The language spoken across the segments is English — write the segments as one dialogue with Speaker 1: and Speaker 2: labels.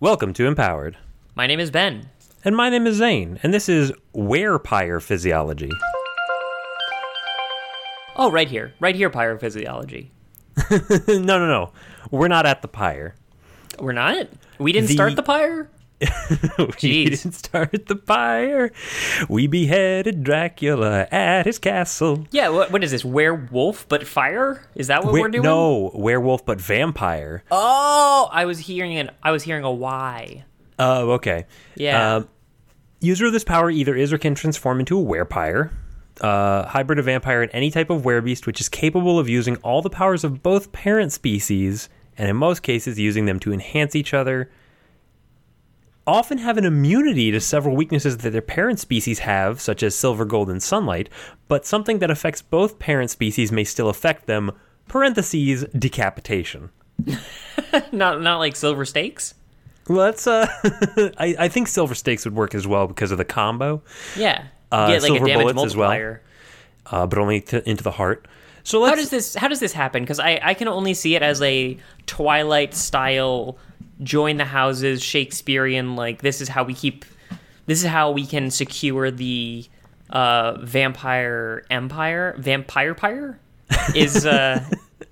Speaker 1: Welcome to Empowered.
Speaker 2: My name is Ben.
Speaker 1: And my name is Zane, and this is Werepire Physiology.
Speaker 2: Oh, right here. Right here, pyrophysiology.
Speaker 1: no, no, no. We're not at the pyre.
Speaker 2: We're not? We didn't
Speaker 1: The-
Speaker 2: start the pyre?
Speaker 1: We
Speaker 2: Jeez.
Speaker 1: didn't start the pyre. We beheaded Dracula at his castle.
Speaker 2: Yeah, what, what is this? Werewolf but fire? Is that what
Speaker 1: Wait,
Speaker 2: we're doing?
Speaker 1: No, werewolf, but vampire. Oh,
Speaker 2: Oh, I was hearing an I was hearing a why.
Speaker 1: Oh, okay.
Speaker 2: Yeah.
Speaker 1: Um, user of this power either is or can transform into a werepire, uh, hybrid of vampire, and any type of werebeast which is capable of using all the powers of both parent species, and in most cases, using them to enhance each other. Often have an immunity to several weaknesses that their parent species have, such as silver, gold, and sunlight, but something that affects both parent species may still affect them. Parentheses decapitation.
Speaker 2: not not like silver stakes?
Speaker 1: Let's. Uh, I, I think silver stakes would work as well because of the combo.
Speaker 2: Yeah.
Speaker 1: Uh,
Speaker 2: Get like
Speaker 1: silver
Speaker 2: a damage
Speaker 1: bullets as well.
Speaker 2: multiplier.
Speaker 1: uh, but only to, into the heart. So
Speaker 2: How
Speaker 1: let's.
Speaker 2: does this how does this happen? Because I, I can only see it as a Twilight style join the houses Shakespearean like this is how we keep this is how we can secure the uh, vampire empire vampire pyre is uh,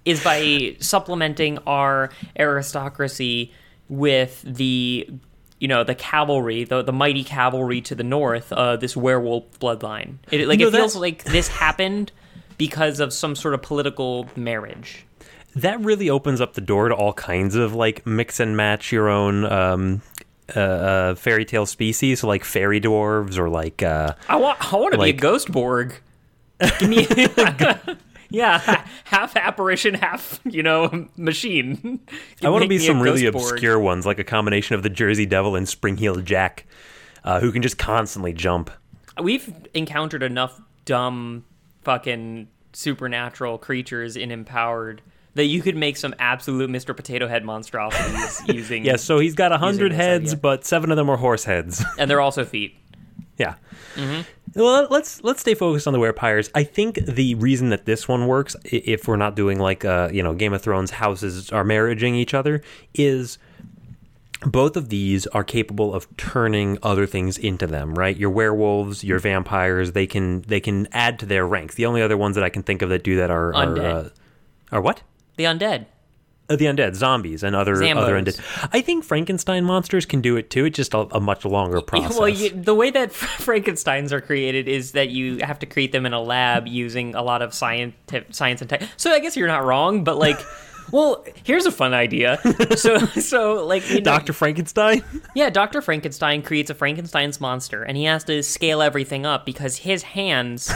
Speaker 2: is by supplementing our aristocracy with the you know the cavalry the, the mighty cavalry to the north uh, this werewolf bloodline it, like
Speaker 1: You know,
Speaker 2: it feels
Speaker 1: that-
Speaker 2: like this happened because of some sort of political marriage
Speaker 1: that really opens up the door to all kinds of like mix and match your own um, uh, uh, fairy tale species, so like fairy dwarves or like uh,
Speaker 2: i want i want to
Speaker 1: Like-
Speaker 2: be a ghost borg Give me- yeah ha- half apparition half you know machine
Speaker 1: I want to be some really
Speaker 2: obscure.
Speaker 1: obscure ones, like a combination of the Jersey Devil and Spring-heeled Jack, uh, who can just constantly jump.
Speaker 2: we've encountered enough dumb fucking supernatural creatures in empowered that you could make some absolute mr potato head monstrosities using
Speaker 1: Yeah, so he's got a hundred
Speaker 2: this
Speaker 1: heads,
Speaker 2: idea.
Speaker 1: but seven of them are horse heads.
Speaker 2: and they're also feet
Speaker 1: Yeah.
Speaker 2: Mm-hmm.
Speaker 1: Well, let's let's stay focused on the werepires. I think the reason that this one works, i- if we're not doing like uh, you know Game of Thrones houses are marrying each other, is both of these are capable of turning other things into them. Right? Your werewolves, your vampires, they can they can add to their ranks. The only other ones that I can think of that do that are are,
Speaker 2: Undead.
Speaker 1: uh, are what?
Speaker 2: the undead
Speaker 1: Uh, the undead, zombies, and other other
Speaker 2: Zambos.
Speaker 1: undead. I think Frankenstein monsters can do it too. It's just a, a much longer process.
Speaker 2: well you, the way that frankensteins are created is that you have to create them in a lab using a lot of science science and tech so i guess you're not wrong but like well here's a fun idea so so like you know,
Speaker 1: Doctor Frankenstein.
Speaker 2: Yeah, Dr. Frankenstein creates a Frankenstein's monster and he has to scale everything up because his hands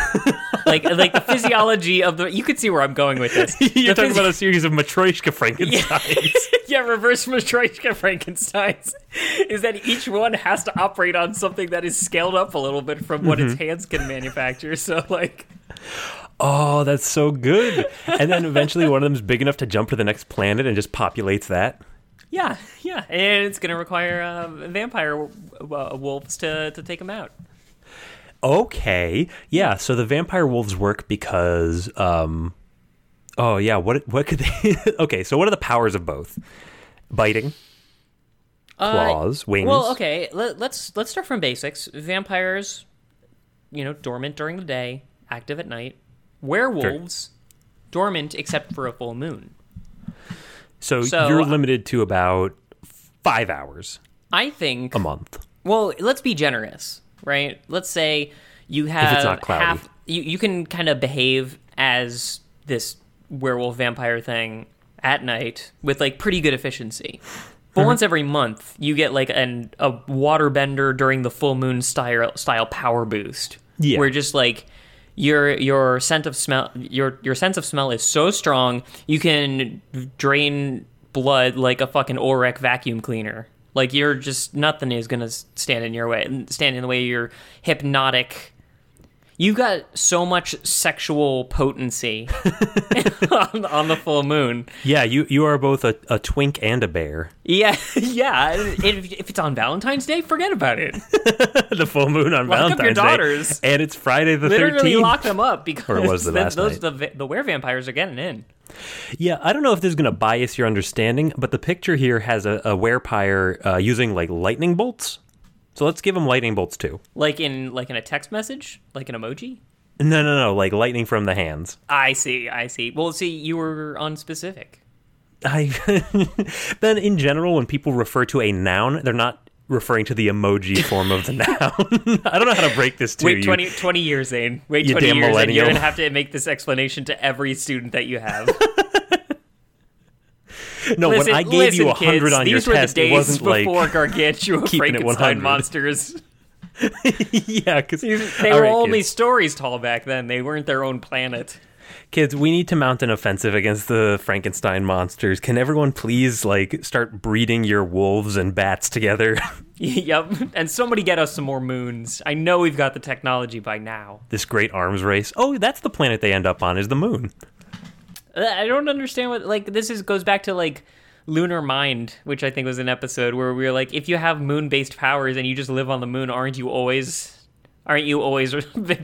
Speaker 2: like like the physiology of the you could see where I'm going with this.
Speaker 1: You're
Speaker 2: The
Speaker 1: talking
Speaker 2: physi-
Speaker 1: about a series of Matryoshka Frankenstein.
Speaker 2: yeah, reverse Matryoshka Frankenstein's is that each one has to operate on something that is scaled up a little bit from what its hands can manufacture. So like
Speaker 1: oh, that's so good. And then eventually one of them's big enough to jump to the next planet and just populates that.
Speaker 2: yeah, yeah, and it's going to require uh, vampire uh, wolves to to take him out.
Speaker 1: Okay. Yeah, so the vampire wolves work because um Oh yeah, what what could they Okay, so what are the powers of both? Biting, claws, wings.
Speaker 2: Uh, Well, okay, let, let's let's start from basics. Vampires, you know, dormant during the day, active at night. Werewolves, dormant except for a full moon.
Speaker 1: So,
Speaker 2: so- uh,
Speaker 1: you're limited to about 5 hours
Speaker 2: I think.
Speaker 1: a month.
Speaker 2: Well, let's be generous, right? Let's say you have
Speaker 1: not cloudy.
Speaker 2: half. You you can kind of behave as this werewolf vampire thing at night with like pretty good efficiency. But once every month, you get like an a waterbender during the full moon style style power boost.
Speaker 1: Yeah.
Speaker 2: where just like your your scent of smell your your sense of smell is so strong you can drain blood like a fucking Orec vacuum cleaner. Like you're just nothing is gonna s- stand in your way, stand in the way. of Your hypnotic. You've got so much sexual potency on, on the full moon.
Speaker 1: Yeah, you you are both a, a twink and a bear.
Speaker 2: Yeah, yeah. If, if it's on Valentine's Day, forget about it.
Speaker 1: the full moon on
Speaker 2: Lock up
Speaker 1: Valentine's
Speaker 2: your daughters.
Speaker 1: Day, and it's Friday the
Speaker 2: Literally
Speaker 1: 13th.
Speaker 2: lock them up because
Speaker 1: Or was it
Speaker 2: th-
Speaker 1: last
Speaker 2: those
Speaker 1: night?
Speaker 2: the va- the were vampires are getting in.
Speaker 1: Yeah, I don't know if this is going to bias your understanding, but the picture here has a, a werepire uh, using like lightning bolts. So let's give him lightning bolts too.
Speaker 2: Like in like in a text message, like an emoji.
Speaker 1: No, no, no, like lightning from the hands.
Speaker 2: I see. I see. Well, see, you were unspecific.
Speaker 1: I Ben, in general, when people refer to a noun, they're not referring to the emoji form of the noun. I don't know how to break this to
Speaker 2: Wait
Speaker 1: you.
Speaker 2: 20, 20 years, Zane. Wait
Speaker 1: You
Speaker 2: 20
Speaker 1: damn
Speaker 2: years, and you're
Speaker 1: millennial.
Speaker 2: going to have to make this explanation to every student that you have.
Speaker 1: no,
Speaker 2: listen,
Speaker 1: when I gave
Speaker 2: listen,
Speaker 1: you a hundred
Speaker 2: kids,
Speaker 1: on your
Speaker 2: these were
Speaker 1: test,
Speaker 2: the days
Speaker 1: it wasn't like
Speaker 2: before Gargantua
Speaker 1: keeping it 100.
Speaker 2: Frankenstein monsters.
Speaker 1: yeah, because
Speaker 2: They were only stories tall back then. They weren't their own planet.
Speaker 1: Kids, we need to mount an offensive against the Frankenstein monsters. Can everyone please like start breeding your wolves and bats together?
Speaker 2: yep. And somebody get us some more moons. I know we've got the technology by now.
Speaker 1: this great arms race. Oh, that's the planet they end up on is the moon.
Speaker 2: Uh, I don't understand what like this is goes back to like Lunar Mind, which I think was an episode where we were like, if you have moon-based powers and you just live on the moon, aren't you always, aren't you always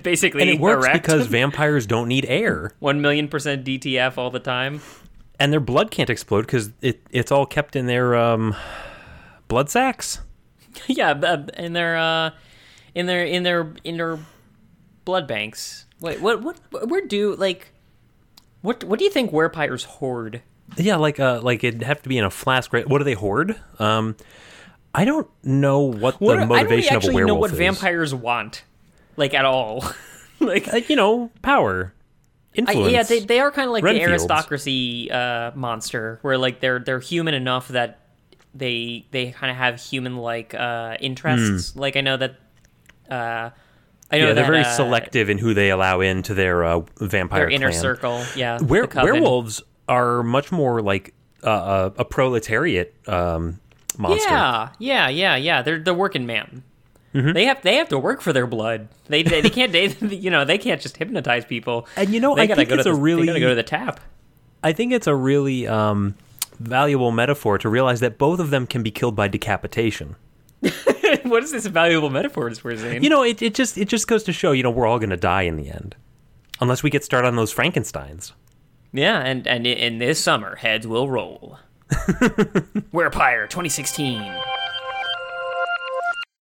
Speaker 2: basically
Speaker 1: And it works
Speaker 2: erect?
Speaker 1: because vampires don't need air,
Speaker 2: one million percent DTF all the time?
Speaker 1: and their blood can't explode because it, it's all kept in their um, blood sacs.
Speaker 2: yeah, b- b- in their, uh, in their, in their, in their blood banks. Wait, what, what, where do like, what, what do you think werepires hoard?
Speaker 1: Yeah, like uh, like it'd have to be in a flask, right? What do they hoard? Um, I don't know what the
Speaker 2: What are-
Speaker 1: motivation
Speaker 2: I don't really
Speaker 1: of a
Speaker 2: actually know
Speaker 1: werewolf
Speaker 2: what
Speaker 1: is.
Speaker 2: vampires want, like at all. like
Speaker 1: Uh, you know, power,
Speaker 2: I,
Speaker 1: influence.
Speaker 2: yeah, they, they are kind of like the
Speaker 1: Renfields.
Speaker 2: aristocracy uh, monster, where like they're they're human enough that they they kind of have human like uh, interests. Like I know that uh, I know
Speaker 1: Hmm. Yeah,
Speaker 2: that,
Speaker 1: they're very
Speaker 2: uh,
Speaker 1: selective in who they allow into their uh, vampire
Speaker 2: Their inner
Speaker 1: clan.
Speaker 2: circle, yeah.
Speaker 1: Were-
Speaker 2: the coven.
Speaker 1: werewolves are much more like uh, uh, a proletariat um, monster.
Speaker 2: Yeah, yeah, yeah, yeah. They're the working man.
Speaker 1: Mm-hmm.
Speaker 2: They have they have to work for their blood. They they, they can't they, you know they can't just hypnotize people.
Speaker 1: And you know,
Speaker 2: they
Speaker 1: I
Speaker 2: gotta
Speaker 1: think
Speaker 2: go to
Speaker 1: it's a
Speaker 2: the-
Speaker 1: really-
Speaker 2: they gotta go to the tap.
Speaker 1: I think it's a really um, valuable metaphor to realize that both of them can be killed by decapitation.
Speaker 2: what is this valuable metaphor for, Zane?
Speaker 1: You know, it, it just it just goes to show, you know, we're all going to die in the end, unless we get started on those Frankenstein's.
Speaker 2: Yeah, and and in this summer, heads will roll. We're a pyre, 2016.